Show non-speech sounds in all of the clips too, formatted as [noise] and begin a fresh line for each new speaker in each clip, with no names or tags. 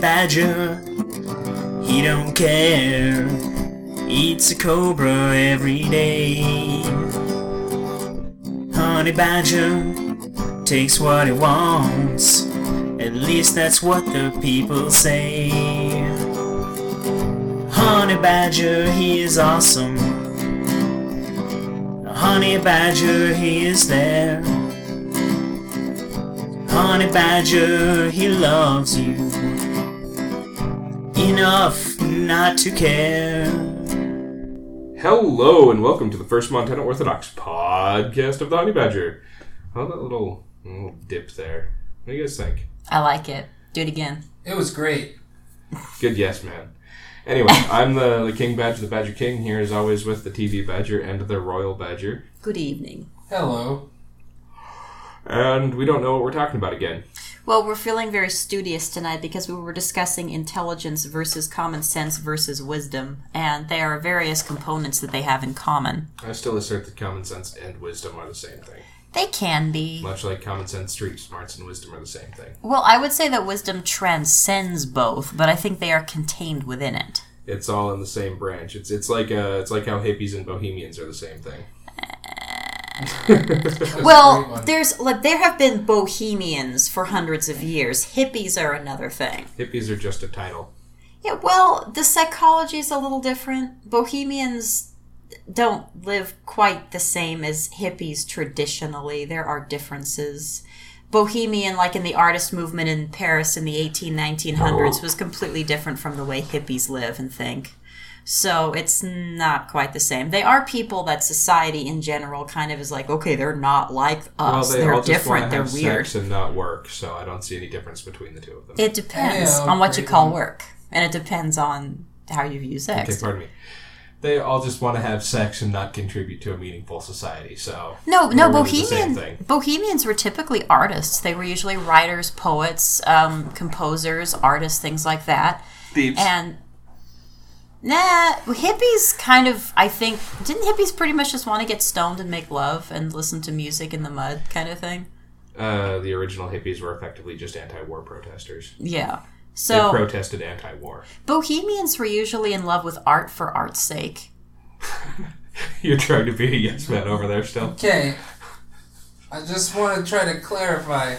badger. He don't care. Eats a cobra every day. Honey badger takes what it wants. At least that's what the people say. Honey badger, he is awesome. Honey badger, he is there. Honey Badger, he loves you enough not to care.
Hello and welcome to the first Montana Orthodox podcast of the Honey Badger. How that little little dip there? What do you guys think?
I like it. Do it again.
It was great.
Good yes, man. Anyway, I'm the, the King Badger, the Badger King. Here as always with the TV Badger and the Royal Badger,
Good evening.
Hello.
and we don't know what we're talking about again.
Well, we're feeling very studious tonight because we were discussing intelligence versus common sense versus wisdom, and there are various components that they have in common.
I still assert that common sense and wisdom are the same thing,
They can be.
much like common sense, street smarts, and wisdom are the same thing.
Well, I would say that wisdom transcends both, but I think they are contained within it.
It's all in the same branch. It's it's like uh, it's like how hippies and bohemians are the same thing.
great
Well,
one.
there's like there have been bohemians for hundreds of years. Hippies are another thing.
Hippies are just a title.
Yeah, well, the psychology is a little different. Bohemians don't live quite the same as hippies traditionally. There are differences. Bohemian, like in the artist movement in Paris in the 18, 1900s,
Oh.
was completely different from the way hippies live and think. So it's not quite the same. They are people that society in general kind of is like, okay, they're not like
Well,
us.
they
they're
all just want
different.
to
They're
have
weird.
sex and not work, so I don't see any difference between the two of them.
It depends
Yeah,
on what you
great
call
one.
work, and it depends on how you view sex.
okay, pardon me. They all just want to have sex and not contribute to a meaningful society. So
No, no,
They're really the same
Bohemian
thing.
Bohemians were typically artists. They were usually writers, poets, um, composers, artists, things like that.
Thieves.
And nah, hippies kind of. I think didn't hippies pretty much just want to get stoned and make love and listen to music in the mud kind of thing.
Uh, the original hippies were effectively just anti-war protesters.
Yeah.
They
So
protested anti-war. [laughs]
Bohemians were usually in love with art for art's sake.
You're trying to be a yes man over there still.
Okay. I just want to try to clarify.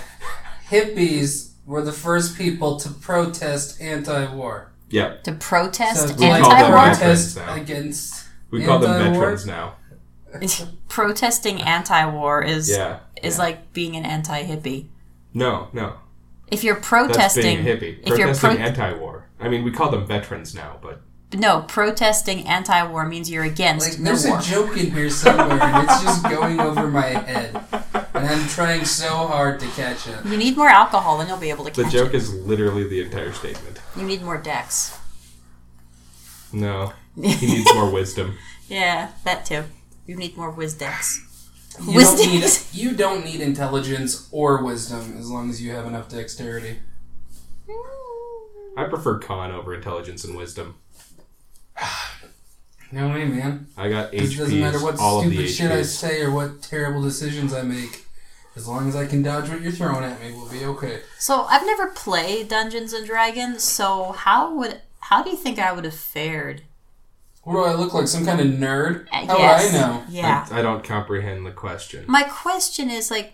Hippies were the first people to protest anti-war.
Yeah,
To protest
We
So,
call them
anti-war,
veterans
protest
now.
against.
we call them
Anti-war?
veterans now.
[laughs] protesting anti-war is
Yeah,
is like being an anti-hippie.
no, no,
If you're
that's
protesting,
being a hippie.
if you're
Protesting
pro-
anti-war. I mean, we call them veterans now, but
no protesting anti-war means you're
Like,
against
there's
the war.
a joke in here somewhere, and it's just going over my head, and I'm trying so hard to catch it.
you need more alcohol, then you'll be able to
the
catch
joke is literally the entire statement.
it. You need more decks.
No,
[laughs]
he needs more wisdom.
Yeah, that too. You need more whiz decks.
You don't
Wisdom.
need. You don't need intelligence or wisdom as long as you have enough dexterity.
I prefer con over intelligence and wisdom.
No way, man.
I got
It doesn't matter
HPs,
what
all of the
stupid shit I
HPs.
say or what terrible decisions I make. As long as I can dodge what you're throwing at me, we'll be okay.
So I've never played Dungeons and Dragons. So how would how do you think I would have fared?
What do I look like? Some kind of nerd?
Uh,
How
yes.
would Oh, I know?
Yeah.
I, I don't comprehend the question.
My question is like,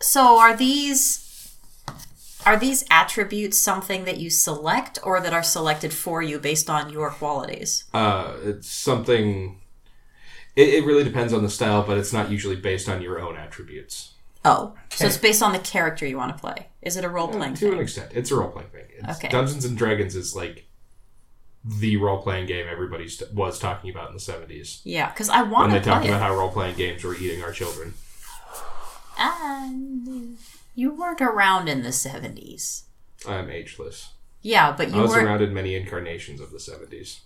so are these? Are these attributes something that you select or that are selected for you based on your qualities?
Uh, it's something. It, it really depends on the style, but it's not usually based on your own attributes
Oh, so it's based on the character you want to play. Is it a role playing
Uh, to an
thing?
extent. It's a role playing thing. It's-
Okay.
Dungeons and Dragons is like the role playing game everybody st- was talking about in the seventies
Yeah, because I
when
want
they
to
talked
play
about
it.
how role playing games were eating our children.
And you weren't around in the seventies.
I'm ageless.
Yeah, but
I
you
was
weren't.
around in many incarnations of the seventies.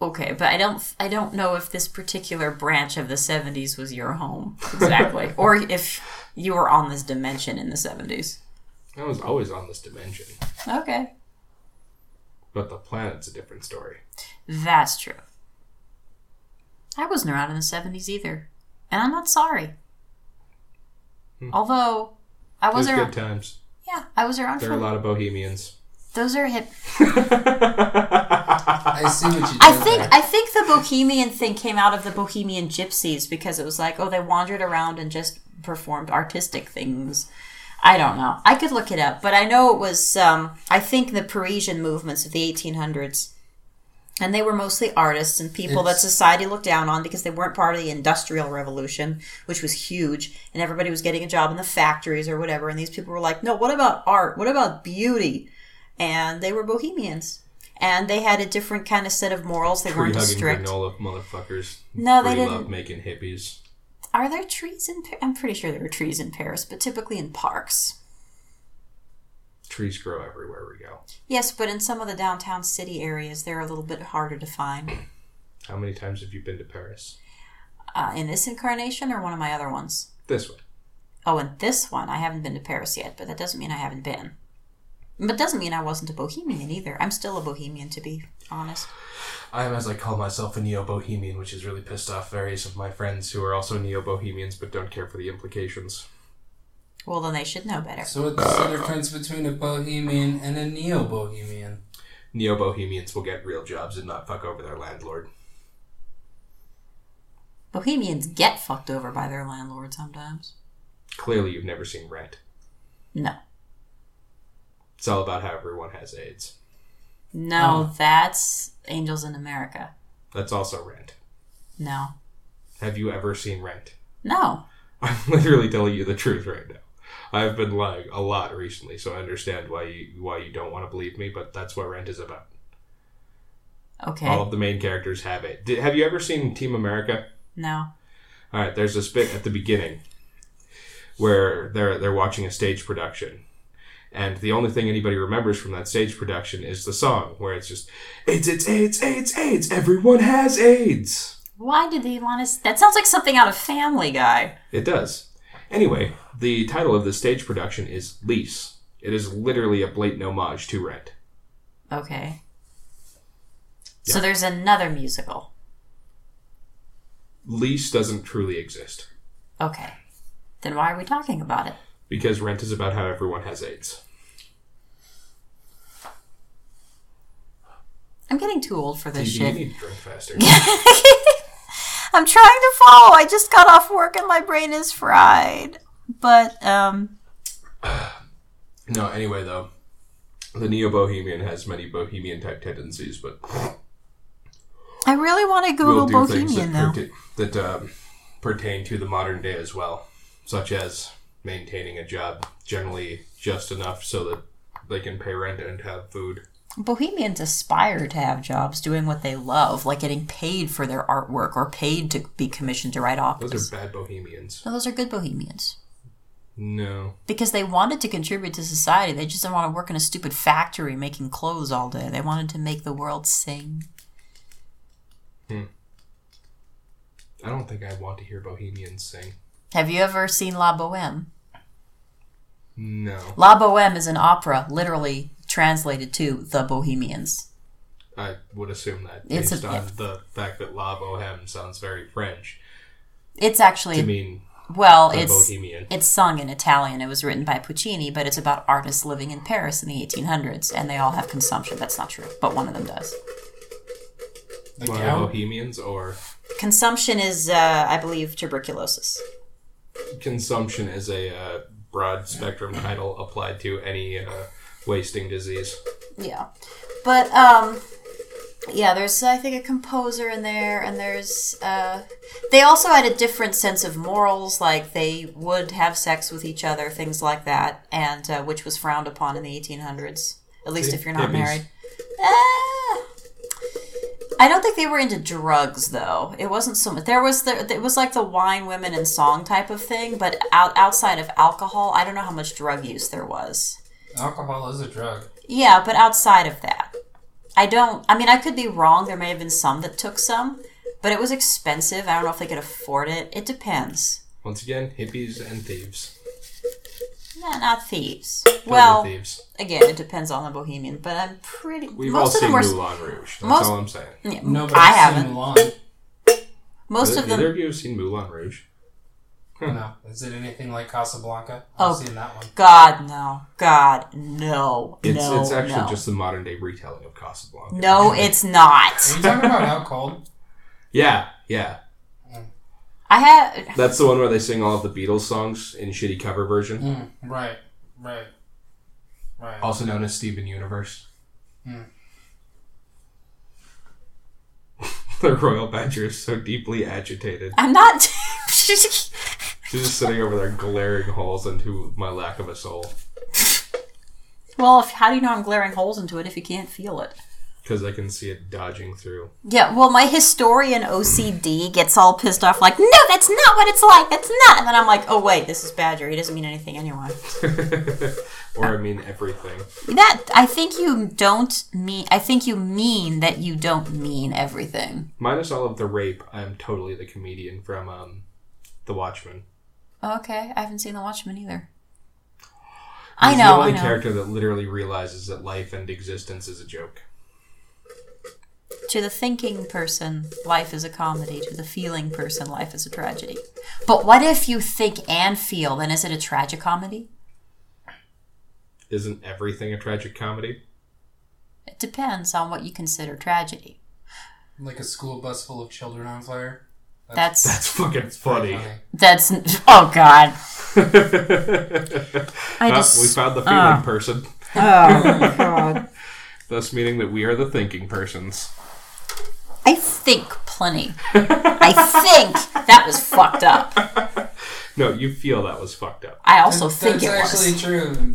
Okay, but I don't. I don't know if this particular branch of the seventies was your home
[laughs]
exactly, or if you were on this dimension in the seventies.
I was always on this dimension,
Okay,
but the planet's a different story.
that's true. I wasn't around in the seventies either, and I'm not sorry. Although I was
There's
around.
Hmm. good times.
Yeah, I was around
There are a
for
lot of bohemians.
Those are hip.
I see what you did
I think
there.
I think the Bohemian thing came out of the Bohemian Gypsies because it was like, oh, they wandered around and just performed artistic things. I don't know. I could look it up, but I know it was. Um, I think the Parisian movements of the 1800s, and they were mostly artists and people that
It's-
society looked down on because they weren't part of the Industrial Revolution, which was huge, and everybody was getting a job in the factories or whatever. And these people were like, no, what about art? What about beauty? And they were bohemians. And they had a different kind of set of morals. They
Tree
weren't
hugging
as strict.
granola motherfuckers.
No, they
Free
didn't.
love making hippies.
Are there trees in? Pa- I'm pretty sure there are trees in Paris, but typically in parks.
Trees grow everywhere we go.
Yes, but in some of the downtown city areas, they're a little bit harder to find.
How many times have you been to Paris?
Uh, in this incarnation or one of my other ones?
This one.
Oh, in this one, I haven't been to Paris yet, but that doesn't mean I haven't been. But doesn't mean I wasn't a bohemian either. I'm still a bohemian, to be honest.
I am, as I call myself, a neo bohemian, which has really pissed off various of my friends who are also neo bohemians but don't care for the implications.
Well, then they should know better.
So what's the difference between a bohemian and a neo-bohemian?
Neo bohemians will get real jobs and not fuck over their landlord.
Bohemians get fucked over by their landlord sometimes.
Clearly, you've never seen Rent.
No.
It's all about how everyone has AIDS. Oh.
No, that's Angels in America.
That's also Rent.
No.
Have you ever seen Rent? [laughs]
No.
I'm literally telling you the truth right now. I've been lying a lot recently, so I understand why you why you don't want to believe me. But that's what Rent is about.
Okay.
All of the main characters have it. Did, have you ever seen Team America?
No.
All right, there's this bit at the beginning where they're they're watching a stage production, and the only thing anybody remembers from that stage production is the song where it's just AIDS, AIDS, AIDS, AIDS, AIDS. Everyone has AIDS.
Why did they want to? That sounds like something out of Family Guy.
It does. Anyway, the title of this stage production is Lease. It is literally a blatant homage to Rent.
Okay. So there's another musical.
Lease doesn't truly exist
Okay. Then why are we talking about it?
because Rent is about how everyone has AIDS.
I'm getting too old for this
You, you
shit.
need to drink
[laughs]
faster.
I'm trying to follow. I just got off work and my brain is fried. But um
no, anyway, though, the neo bohemian has many bohemian type tendencies, but
I really want to
will do
Google Bohemian
things
though.
that, perta- that um, pertain to the modern day as well, such as maintaining a job generally just enough so that they can pay rent and have food.
Bohemians aspire to have jobs doing what they love, like getting paid for their artwork or paid to be commissioned to write operas.
Those are bad bohemians.
no, those are good Bohemians.
No.
Because they wanted to contribute to society. They just didn't want to work in a stupid factory making clothes all day. They wanted to make the world sing.
I don't think I want to hear Bohemians sing.
Have you ever seen La Boheme?
No.
La Boheme is an opera, literally translated to The Bohemians.
I would assume that
It's
based
a-
on the fact that La Boheme sounds very French
It's actually
to mean
well,
the
it's
Bohemian.
it's sung in Italian. It was written by Puccini, but it's about artists living in Paris in the 1800s, and they all have consumption. That's not true, but one of them does.
The
One of
gout?
the Bohemians or
Consumption is, uh, I believe, tuberculosis.
consumption is a uh, broad spectrum title applied to any uh, wasting disease.
Yeah, but um, yeah. There's I think a composer in there, and there's uh, they also had a different sense of morals. Like they would have sex with each other, things like that, and uh, which was frowned upon in the 1800s. At least if you're not
Hippies.
married. Ah. I don't think they were into drugs though. It wasn't so much. There was the it was like the wine, women, and song type of thing. But out, outside of alcohol, I don't know how much drug use there was.
Alcohol is a drug.
Yeah, but outside of that, I don't. I mean, I could be wrong. There may have been some that took some, but it was expensive. I don't know if they could afford it. It depends.
Once again, hippies and thieves.
Nah, not thieves.
Totally
Well,
thieves.
again, it depends on the Bohemian, but I'm pretty.
We've
most
all
of them
seen
were.
Moulin Rouge. That's
most-
all I'm saying.
yeah,
Nobody's
I [laughs]
seen
haven't.
Mulan.
Most
Either-
of them.
Either of you have seen Moulin Rouge?
No. Is it anything like Casablanca?
Oh.
I've seen that one.
God no. God no.
It's
no.
it's actually
no.
just the modern day retelling of Casablanca.
No, it's not.
Are you talking about Out Cold?
Yeah, yeah.
I have
That's the one where they sing all of the Beatles songs in shitty cover version,
Mm, right, right, right.
also known as Steven Universe.
Mm.
[laughs] the royal badger is so deeply agitated.
I'm not [laughs]
She's just sitting over there glaring holes into my lack of a soul
Well, if, how do you know I'm glaring holes into it if you can't feel it?
because I can see it dodging through. [laughs]
Yeah, well, my historian OCD gets all pissed off, like, no, that's not what it's like. That's not. And then I'm like, oh, wait, this is Badger. He doesn't mean anything anyway.
or I mean everything.
That, I think you don't mean, I think you mean that you don't mean everything.
Minus all of the rape, I'm totally the comedian from um, The Watchmen.
Okay, I haven't seen The Watchmen either. I
He's
know,
the
I
only
know.
character that literally realizes that life and existence is a joke.
To the thinking person, life is a comedy. To the feeling person, life is a tragedy. But what if you think and feel? Then is it a tragic comedy?
Isn't everything a tragic comedy?
It depends on what you consider tragedy.
Like a school bus full of children on fire.
That's that's,
That's fucking funny.
oh
[laughs]
god.
Ah,
I
we
just
found the feeling person,
Ah. oh god.
[laughs] thus meaning that we are the thinking persons.
I think plenty. I think that was fucked up.
No, you feel that was fucked up.
I also think
that's
it
actually
was.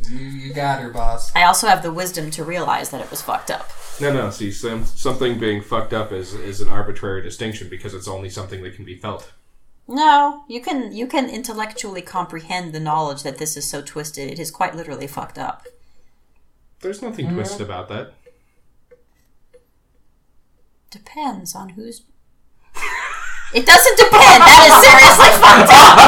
true. You, you got her, boss.
I also have the wisdom to realize that it was fucked up.
No, no. See, some, something being fucked up is is an arbitrary distinction because it's only something that can be felt.
No, you can you can intellectually comprehend the knowledge that this is so twisted. It is quite literally fucked up.
There's nothing
Mm-hmm.
twisted about that.
Depends on
[laughs]
who's. It doesn't depend. That is seriously fucked up.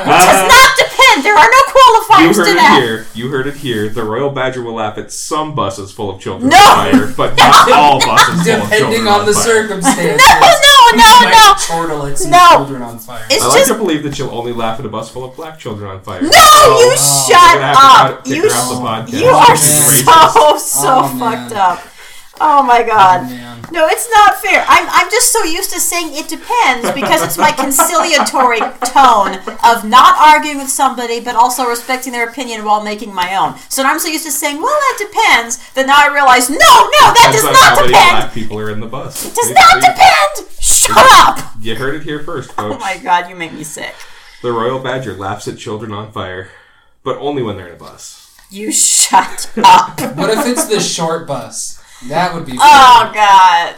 It does not depend. There are no
You
qualifiers
heard
to
it
that.
here. You heard it here. The Royal Badger will laugh at some buses full of children
No!
on fire, but
[laughs]
not all buses full of children
Depending on the
fire.
circumstances.
Oh [laughs] no, no, no!
Might chortle at some
No.
children on fire.
It's
I like
just
to believe that you'll only laugh at a bus full of black children on fire.
no. you shut
We're oh, gonna have to
up.
cut- kick
You
her out
sh-
the podcast.
you are
She's
[laughs] so so
Oh, man.
fucked up. Oh my god.
man.
No, it's not fair. I'm, I'm just so used to saying it depends because it's my conciliatory tone of not arguing with somebody but also respecting their opinion while making my own. So I'm so used to saying, well, that depends, that now I realize, no, no, that
Depends
does
on
not
how many
depend.
black people are in the bus.
Does
You-
not
you-
depend. Shut up.
You heard it here first,
Oh
folks.
my god, you make me sick.
the Royal Badger laughs at children on fire, but only when they're in a bus.
You
[laughs]
shut up.
What if it's the short bus? That would be.
Oh god.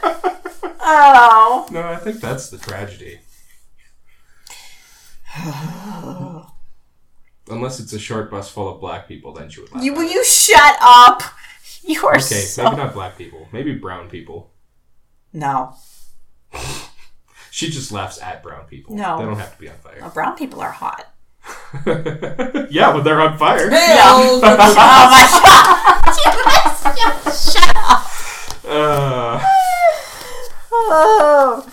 [laughs] Oh.
No, I think that's the tragedy. [sighs] Unless it's a short bus full of black people, then she would laugh.
You,
at
will
it.
you shut up? You are
okay,
so.
maybe not black people, maybe brown people.
No.
She just laughs at brown people.
No.
they don't have to be on fire.
Brown people are hot.
yeah, when they're on fire.
[laughs]
Hail to the-
Oh my god! Shut up!
Uh,
Oh.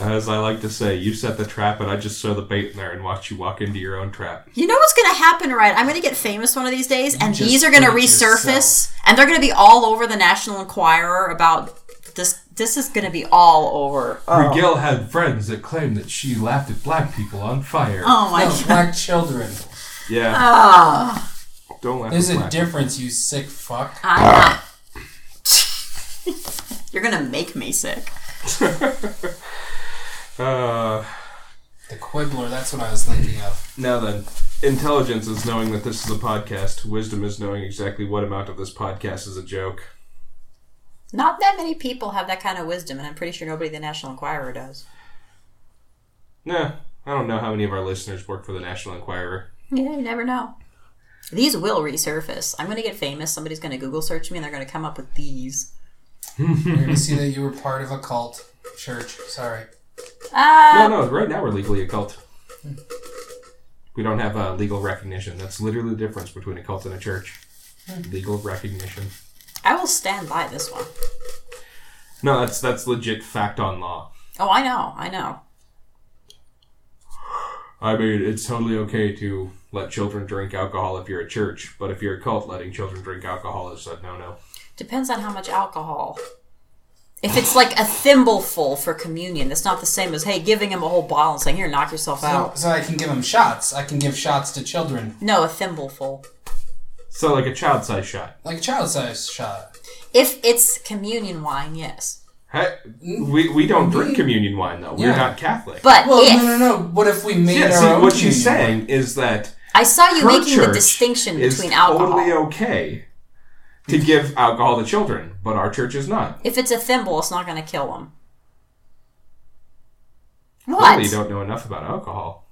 as I like to say, you set the trap, and I just throw the bait in there and watch you walk into your own trap.
You know what's gonna happen, right? I'm gonna get famous one of these days, and
just
these are gonna
put it
resurface,
yourself.
and they're gonna be all over the National Enquirer about this. This is gonna be all over. Oh,
Miguel had friends that claimed that she laughed at black people on fire.
Oh my
No,
god!
black children.
Yeah.
Oh.
Don't laugh
There's
at
a
black
difference, you sick fuck.
Uh. I'm not- [laughs] You're gonna make me sick.
people. Uh,
The quibbler, that's what I was thinking of.
now then, intelligence is knowing that this is a podcast. Wisdom is knowing exactly what amount of this podcast is a joke.
Not that many people have that kind of wisdom, and I'm pretty sure nobody at the National Enquirer does.
Nah, I don't know how many of our listeners work for the National Enquirer.
Yeah, you never know. These will resurface. I'm going to get famous. Somebody's going to Google search me and they're going to come up with these.
You're gonna see that you were part of a cult church. Sorry.
Uh,
No, no, right now we're legally a cult. We don't have uh, legal recognition. That's literally the difference between a cult and a church.
Hmm.
Legal recognition.
I will stand by this one.
No, that's that's legit fact on law.
Oh, I know. I know.
I mean, it's totally okay to let children drink alcohol if you're a church, but if you're a cult, letting children drink alcohol is a no no.
Depends on how much alcohol. If it's like a thimbleful for communion, that's not the same as, hey, giving him a whole bottle and saying, here, knock yourself
So,
out.
so I can give them shots. I can give shots to children,
No, a thimbleful.
So, like a child sized shot.
like a child size shot.
If it's communion wine, yes.
Hey, we, we don't drink communion wine, though. We're
Mm-hmm. Yeah.
not Catholic.
But
Well,
if
no, no, no. What if we made
yeah,
our
see,
own?
what she's
communion?
saying is that
I saw you
her
making the
church
distinction
is
between alcohol.
totally okay to give alcohol to children, but our church is not.
If it's a thimble, it's not going to kill him.
I
What?
really don't know enough about alcohol.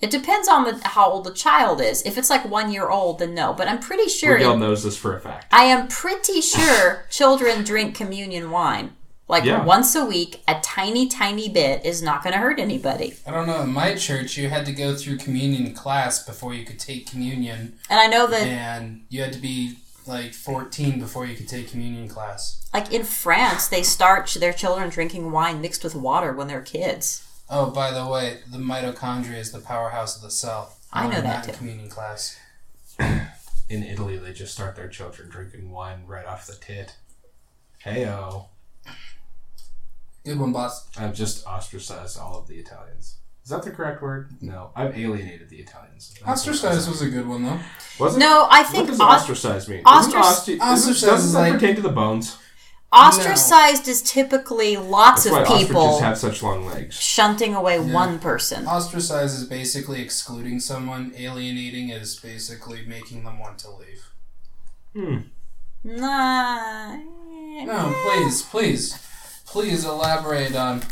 It depends on the, how old the child is. If it's like one year old, then no. But I'm pretty sure.
Miguel knows this for a fact.
I am pretty sure [laughs] children drink communion wine. Like
Yeah.
once a week, a tiny, tiny bit is not going to hurt anybody.
I don't know. In my church, you had to go through communion class before you could take communion,
And I know that,
and you had to be like 14 before you could take communion class.
like in France, they start their children drinking wine mixed with water when they're kids.
Oh, by the way, the mitochondria is the powerhouse of the cell.
I know
learned
that
in
too.
communion class.
In Italy, they just start their children drinking wine right off the tit. Heyo.
Good one, boss.
I've just ostracized all of the Italians. Is that the correct word? No, I've alienated the Italians. That's what
Ostracized was a good one though.
Was it?
No, I
What
think
does
os-
ostracize mean?
ostrac-
Isn't osti-
ostracize
isn't- doesn't
is
that
like-
pertain to the bones?
ostracized is typically lots
That's why
of people
ostriches have such long legs.
shunting away one person.
Ostracize is basically excluding someone. Alienating is basically making them want to leave.
Hmm.
Nah.
No, please, please, please elaborate on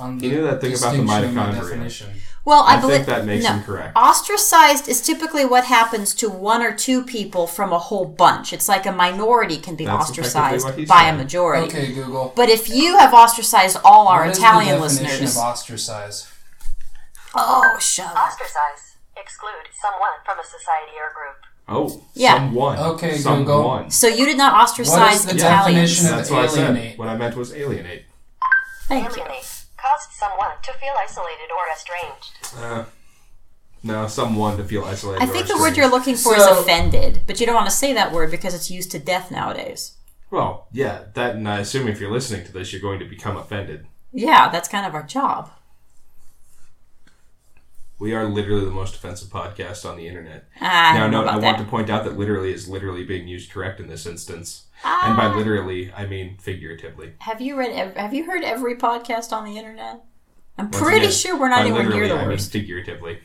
on the
You knew that thing about the
distinction in
mitochondria.
definition.
Well, I,
I
believe
think that makes
no.
him correct.
Ostracized is typically what happens to one or two people from a whole bunch. It's like a minority can be
That's effectively what
ostracized
he's
by
saying.
a majority.
Okay, Google.
But if you have ostracized all our
What is the
Italian
definition
listeners,
of ostracize?
oh shut up!
Ostracize. Exclude someone from a society or group.
Oh,
Yeah.
someone.
Okay,
someone.
Google.
So you did not
What is
ostracize
the
Italians.
definition of
That's what I said.
Alienate.
What I meant was alienate.
Thank you.
Alienate. Caused someone to feel isolated or estranged.
Uh, no, someone to feel isolated.
I
or
think the word
estranged.
you're looking for is
So-
offended, but you don't want to say that word because it's used to death nowadays.
Well, yeah, that, and I assume if you're listening to this, you're going to become offended.
Yeah, that's kind of our job.
We are literally the most offensive podcast on the internet.
I
now,
don't know
note, I
about
want
that.
to point out that literally is literally being used correct in this instance. And
Ah.
by literally, I mean figuratively.
Have you read? ev- Have you heard every podcast on the internet? I'm
Once
pretty
again,
sure we're not
by
anywhere near
literally,
the
I mean
worst.
figuratively.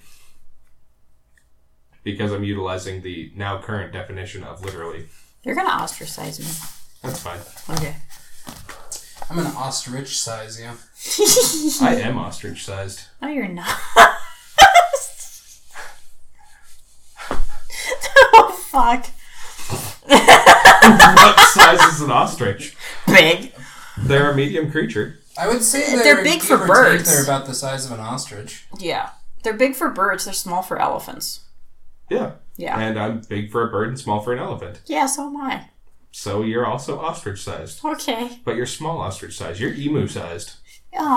Because I'm utilizing the now current definition of literally.
You're gonna ostracize me.
That's fine.
Okay.
I'm an ostrich size, yeah.
I am ostrich sized.
[laughs] No, you're not. [laughs] oh fuck!
[laughs] what size is an ostrich?
Big.
They're a medium creature.
I would say
They're
they're,
big
give
for
or take,
birds.
They're about the size of an ostrich.
Yeah, they're big for birds. They're small for elephants.
Yeah.
Yeah.
And I'm big for a bird and small for an elephant.
yeah, so am I.
So you're also ostrich sized.
Okay.
But you're small ostrich sized. You're emu sized. Uh-huh.
Oh.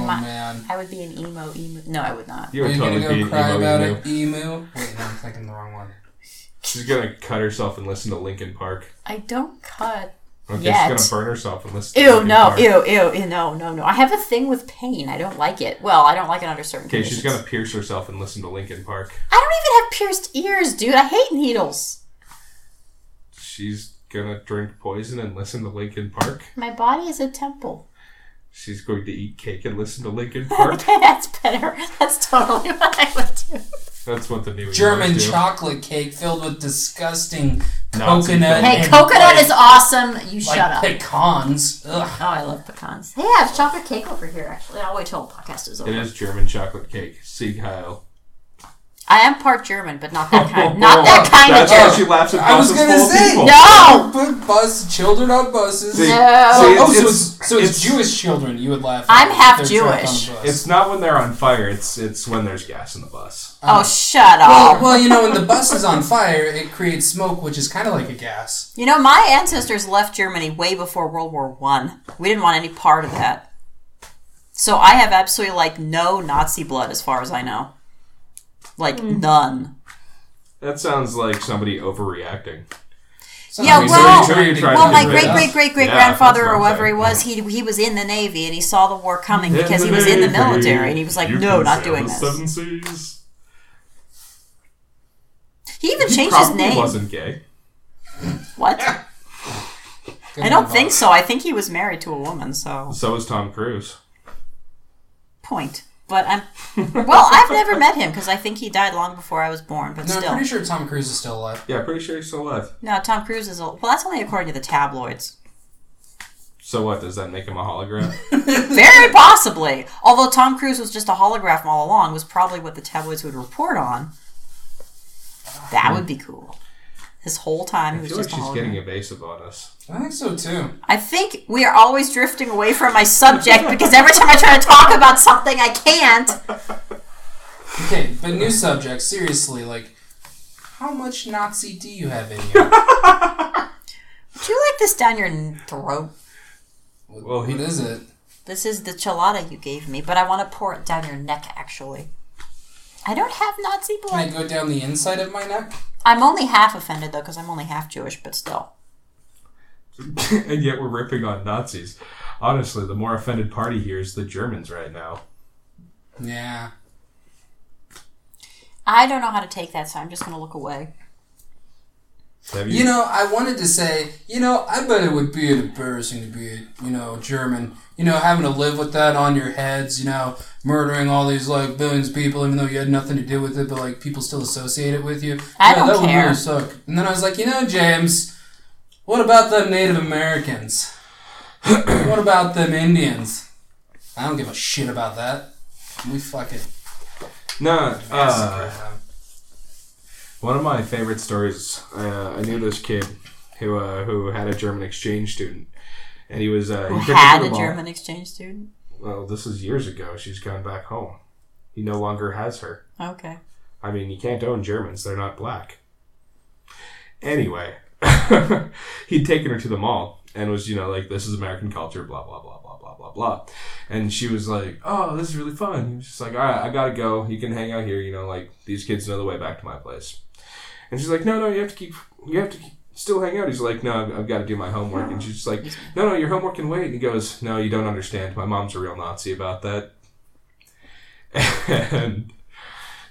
Oh
I-
man.
I would be an emo emo. No, I would not.
You
Are
would
you
totally
gonna
be
go
an
cry
emo
about
emu.
it, emu? Wait, no, I'm thinking the wrong one.
She's gonna cut herself and listen to Linkin Park.
I don't cut.
Okay,
Yet.
she's gonna burn herself and listen. to
Ew,
Linkin
no,
Park.
ew, ew, ew, no, no, no. I have a thing with pain. I don't like it. Well, I don't like it under certain
Okay,
conditions.
she's gonna pierce herself and listen to Linkin Park.
I don't even have pierced ears, dude. I hate needles.
She's gonna drink poison and listen to Linkin Park.
My body is a temple. [laughs]
She's going to eat cake and listen to Linkin Park.
Okay, that's better. That's totally what I would do.
That's what the new emos
German
do.
chocolate cake filled with disgusting
Nazi
coconut.
food.
Hey,
and,
coconut
like-
is awesome. You
like
shut up.
pecans. Ugh.
Oh, I love pecans. Hey, I have chocolate cake over here, actually. I'll wait till the podcast is
It
over.
is German chocolate cake. Sieg Heil.
I am part German, but not that kind. [laughs] Not that kind
That's
of
why
German.
she laughs at
Oh, I was
buses
gonna
full of
say-
people.
No!
Put bus children on buses.
See,
No.
see,
oh,
it's,
so
it's-
it's, so it's,
it's-
Jewish children. You would laugh.
I'm
at
half
their trip on
Jewish.
bus.
It's not when they're on fire. It's it's when there's gas in the bus.
Oh, shut up.
well, well, you know, when the bus is on fire, it creates smoke, which is kind of like a gas.
You know, my ancestors left Germany way before World War One. We didn't want any part of that. So I have absolutely like no Nazi blood as far as I know. Like none.
That sounds like somebody overreacting.
Yeah,
Somebody's
well-
trying
Well,
to try to
Well, my
Yeah.
get rid
great
of
great
us.
great great
Yeah,
grandfather
that's what
or
I'm
whoever he
saying.
was, he he was in the navy and he saw the war coming
In
because
the
he was in the
Navy,
military and he was like,
you
no,
can
not
sail
doing
the
this.
Seven seas.
He even changed his
Probably
name.
wasn't gay.
What?
Good
I don't
enough.
think so. I think he was married to a woman. So
So was Tom Cruise.
point. But I'm well. I've never met him because I think he died long before I was born. But
No, I'm
still,
pretty sure Tom Cruise is still alive.
Yeah, pretty sure he's still alive.
no. Tom Cruise is old. Well, that's only according to the tabloids.
So what? Does that make him a
[laughs]
hologram?
Very possibly. Although Tom Cruise was just a hologram all along, was probably what the tabloids would report on. That would be cool. This whole time he
I
was
feel like
just a
she's
hologram.
getting evasive on us. [laughs]
I think so too.
I think we are always drifting away from my subject because every time I try to talk about something, I can't.
Okay, but new subject. Seriously, like, how much Nazi do you have
[laughs]
in you?
Do you like this down your throat?
Well, he-
what is it?
This is the chelada you gave me, but I want to pour it down your neck, actually. I don't have Nazi
Can I
blood.
go down the inside of my neck?
I'm only half offended, though, because I'm only half Jewish, but still.
and yet we're ripping on Nazis. Honestly, the more offended party here is the Germans right now.
Yeah.
I don't know how to take that, so I'm just going to look away.
Have you,
You know, I wanted to say, you know, I bet it would be embarrassing to be, you know, German. You know, having to live with that on your heads, you know, murdering all these, like, billions of people, even though you had nothing to do with it, but, like, people still associate it with you.
I
Yeah,
don't
that would
care.
really suck. And then I was like, you know, James, what about them Native Americans? [coughs] what about them Indians? I don't give a shit about that. We fucking
no? Uh,
massacre them.
One of my favorite stories. Uh, I knew this kid who uh, who had a German exchange student, and he was uh, he took
Had a
Interval-
German exchange student?
Well, this is years ago. She's gone back home. He no longer has her.
Okay.
I mean, you can't own Germans; they're not black. Anyway, [laughs] he'd taken her to the mall and was, you know, like, "This is American culture," blah blah blah blah blah blah blah, and she was like, "Oh, this is really fun." He was just like, "All right, I gotta go. You can hang out here. You know, like these kids know the way back to my place." And she's like, "No, no, you have to keep. You have to." Keep, Still hang out. He's like, no, I've, I've got to do my homework. And she's just like, no, no, your homework can wait. And he goes, no, you don't understand. My mom's a real Nazi about that. [laughs] and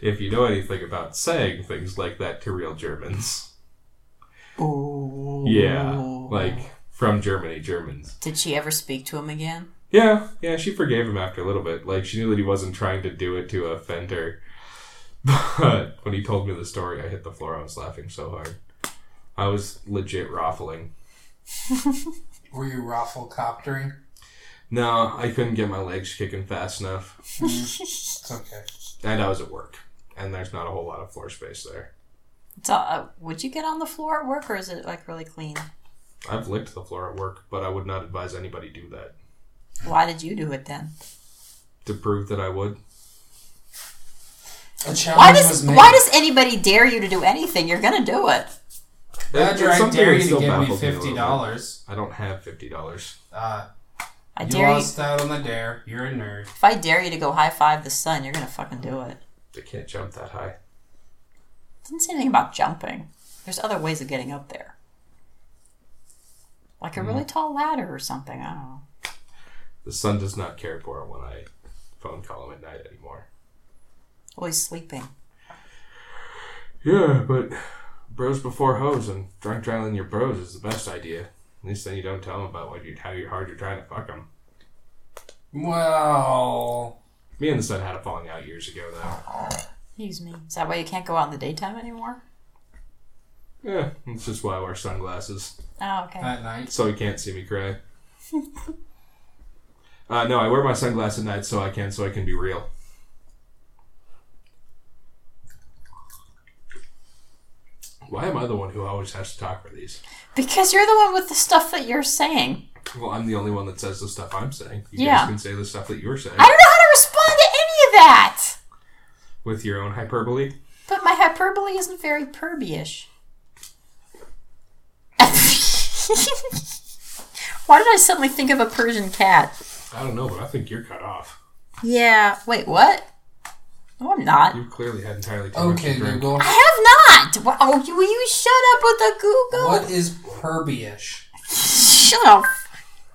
if you know anything about saying things like that to real Germans.
Ooh.
Yeah. Like from Germany, Germans.
Did she ever speak to him again?
Yeah, yeah, she forgave him after a little bit. Like she knew that he wasn't trying to do it to offend her. [laughs] But when he told me the story, I hit the floor. I was laughing so hard. I was legit raffling.
Were you raffle coptering?
No, I couldn't get my legs kicking fast enough.
It's okay.
And I was at work. And there's not a whole lot of floor space there.
It's all, uh, would you get on the floor at work, or is it like really clean?
I've licked the floor at work, but I would not advise anybody do that.
Why did you do it then?
To prove that I would.
A
Why
challenge
does
was made.
Why does anybody dare you to do anything? You're gonna do it.
Roger,
It's
I
something
dare
that
you to
still
give me
baffles a little
fifty
bit.
dollars.
I don't have fifty dollars.
Uh,
I
you
dare you.
lost out on the dare. You're a nerd.
If I dare you to go high five the sun, you're gonna fucking do it.
They can't jump that high.
Didn't say anything about jumping. There's other ways of getting up there, like a really
Mm-hmm.
tall ladder or something. I don't know.
The sun does not care for when I phone call him at night anymore.
Always sleeping.
Yeah, but bros before hoes and drunk dialing your bros is the best idea. At least then you don't tell them about what you how you hard you're trying to fuck them.
Well,
Me and the son had a falling out years ago though.
Excuse me. Is that why you can't go out in the daytime anymore?
Yeah, that's just why I wear sunglasses
Oh, okay.
at night.
so he can't see me cry. [laughs] uh, no, I wear my sunglasses at night so I can so I can be real. Why am I the one who always has to talk for these?
Because you're the one with the stuff that you're saying.
Well, I'm the only one that says the stuff I'm saying. You
Yeah.
guys can say the stuff that you're saying
I don't know how to respond to any of that.
with your own hyperbole.
But my hyperbole isn't very perbyish. [laughs] Why did I suddenly think of a Persian cat?
I I don't know, but I think you're cut off.
Yeah. Wait, what? No, I'm not.
You clearly had entirely too much to
Okay,
drink.
Google.
I have not. Wha- Oh, you- will you shut up with the Google?
What is Herbie-ish?
Shut up.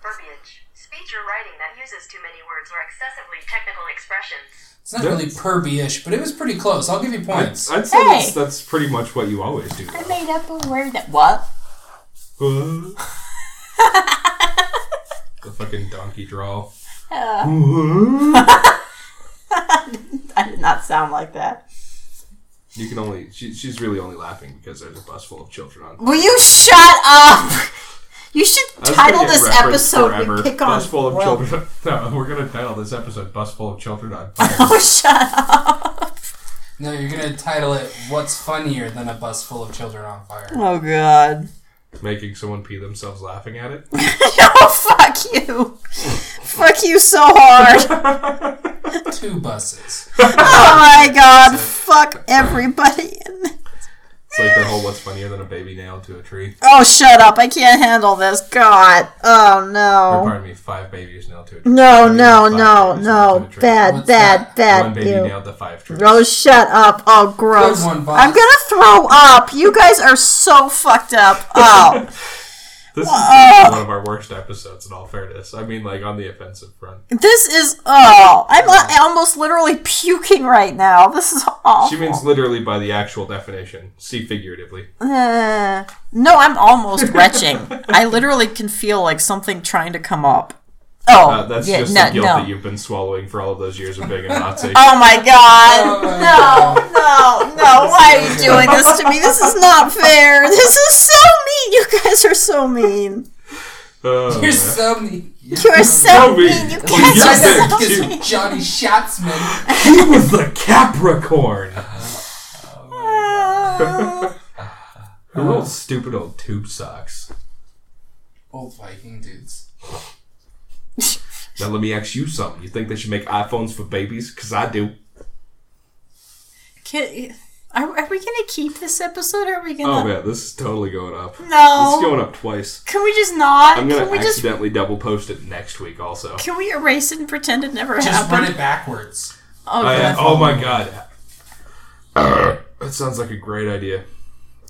Verbiage. Speech or writing that uses too many words or excessively technical expressions.
It's not
Yeah.
really Herbie-ish, but it was pretty close. I'll give you
I'd, I'd
points.
say
Hey!
that's, that's pretty much what you always do.
I made up a word that what?
Uh.
[laughs]
the fucking donkey drawl.
I did not sound like that.
You can only she, she's really only laughing because there's a bus full of children on.
Will you shut up? You should
I was
title
gonna get
this
referenced
episode
forever.
"We Pick on
Bus full of
World."
children. [laughs] No, we're gonna title this episode "Bus full of children on."
[laughs] Oh, [laughs] shut up!
No, you're gonna title it "What's Funnier Than a Bus Full of Children on Fire."
[laughs] Oh god!
Making someone pee themselves laughing at it.
No, fuck you! fuck you so
[laughs]
hard!
Two buses.
Oh my god! Fuck everybody!
It's like the whole "What's funnier than a baby nailed to a tree?"
Oh, shut up! I can't handle this. God! Oh
Or
no!
pardon me, five babies nailed to a tree.
No!
Five
No!
babies
No!
nailed to
No!
a tree.
Bad!
What's
Bad!
that?
One
Bad!
baby
Ew.
nailed the five trees.
Oh, shut up. Oh, gross.
Good one, boss.
I'm going to throw up. You guys are so fucked up.
[laughs]
Oh.
This is actually one of our worst episodes, in all fairness. I mean, like, on the offensive front.
this is. Oh. I'm uh, almost literally puking right now. This is awful.
She means literally by the actual definition. See figuratively.
Uh, no, I'm almost retching. I literally can feel like something trying to come up. Oh.
Uh, that's
yeah,
just
no,
the guilt
no.
that you've been swallowing for all of those years of being a
[laughs]
Nazi.
Oh my god.
Oh my
No, no, no. Why are you doing this to me? This is not fair. This is so mean. You guys are so mean.
Oh,
You're
man.
[laughs]
so many.
You are so
So
mean.
mean.
You
Well,
guys are
yes,
so
thank Oh, you.
Because Johnny Schatzman.
he was the Capricorn!
Uh,
Who old stupid old tube socks?
Old Viking dudes.
Now let me ask you something. You think they should make iPhones for babies? Because I do.
can, are, are we gonna keep this episode? Or are we
Oh
gonna?
man, this is totally going up. This
no.
is going up twice.
Can we just not?
I'm gonna
Oh. Can we just?
accidentally double post it next week also.
Can we erase it and pretend it never
Just run
happened?
it backwards.
Oh,
I-
God.
oh my god. that sounds like a great idea.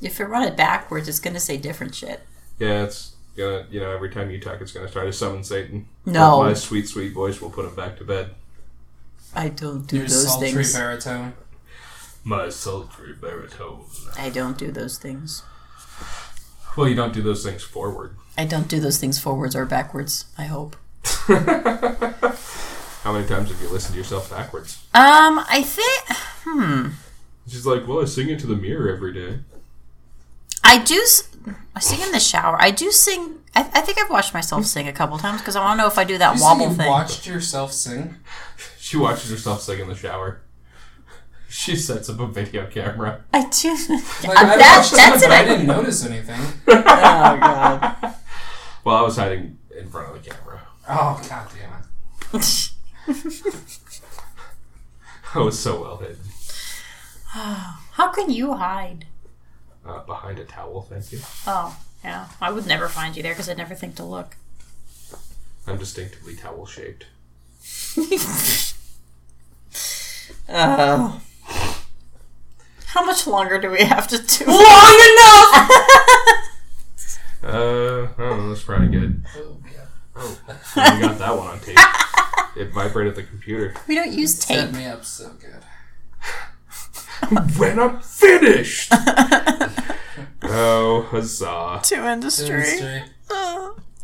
If we run it backwards, it's gonna say different shit.
Yeah, it's gonna, you know, every time you talk, it's gonna try to summon Satan.
No.
But my sweet, sweet voice will put him back to bed.
I don't do
Your
those
sultry
things.
baritone.
My sultry baritone.
I don't do those things.
Well, you don't do those things forward.
I don't do those things forwards or backwards. I hope.
How many times have you listened to yourself backwards?
Um, I think. Hmm.
She's like, well, I sing into the mirror every day.
I do. s- I sing in the shower. I do sing. I, I think I've watched myself sing a couple times because I want to know if I do that
You said
wobble
you
thing.
watched yourself sing.
She watches herself sing in the shower. [laughs] She sets up a video camera.
I do.
Like, I
Uh, that-
watched
that's
it, but I
an-
didn't notice anything.
oh god.
Well, I was hiding in front of the camera. [laughs]
Oh god damn it.
I was so well hidden.
[laughs] How can you hide?
Uh, behind a towel, thank you.
Oh yeah, I would never find you there because I never think to look.
I'm distinctively towel shaped.
Oh. How much longer do we have to do?
Long enough!
Uh, I don't know, that's probably good. Oh, we got that one on tape. It vibrated the computer.
we don't use tape.
Set me up so good.
when I'm finished! oh, huzzah.
To industry.
Industry.
Uh,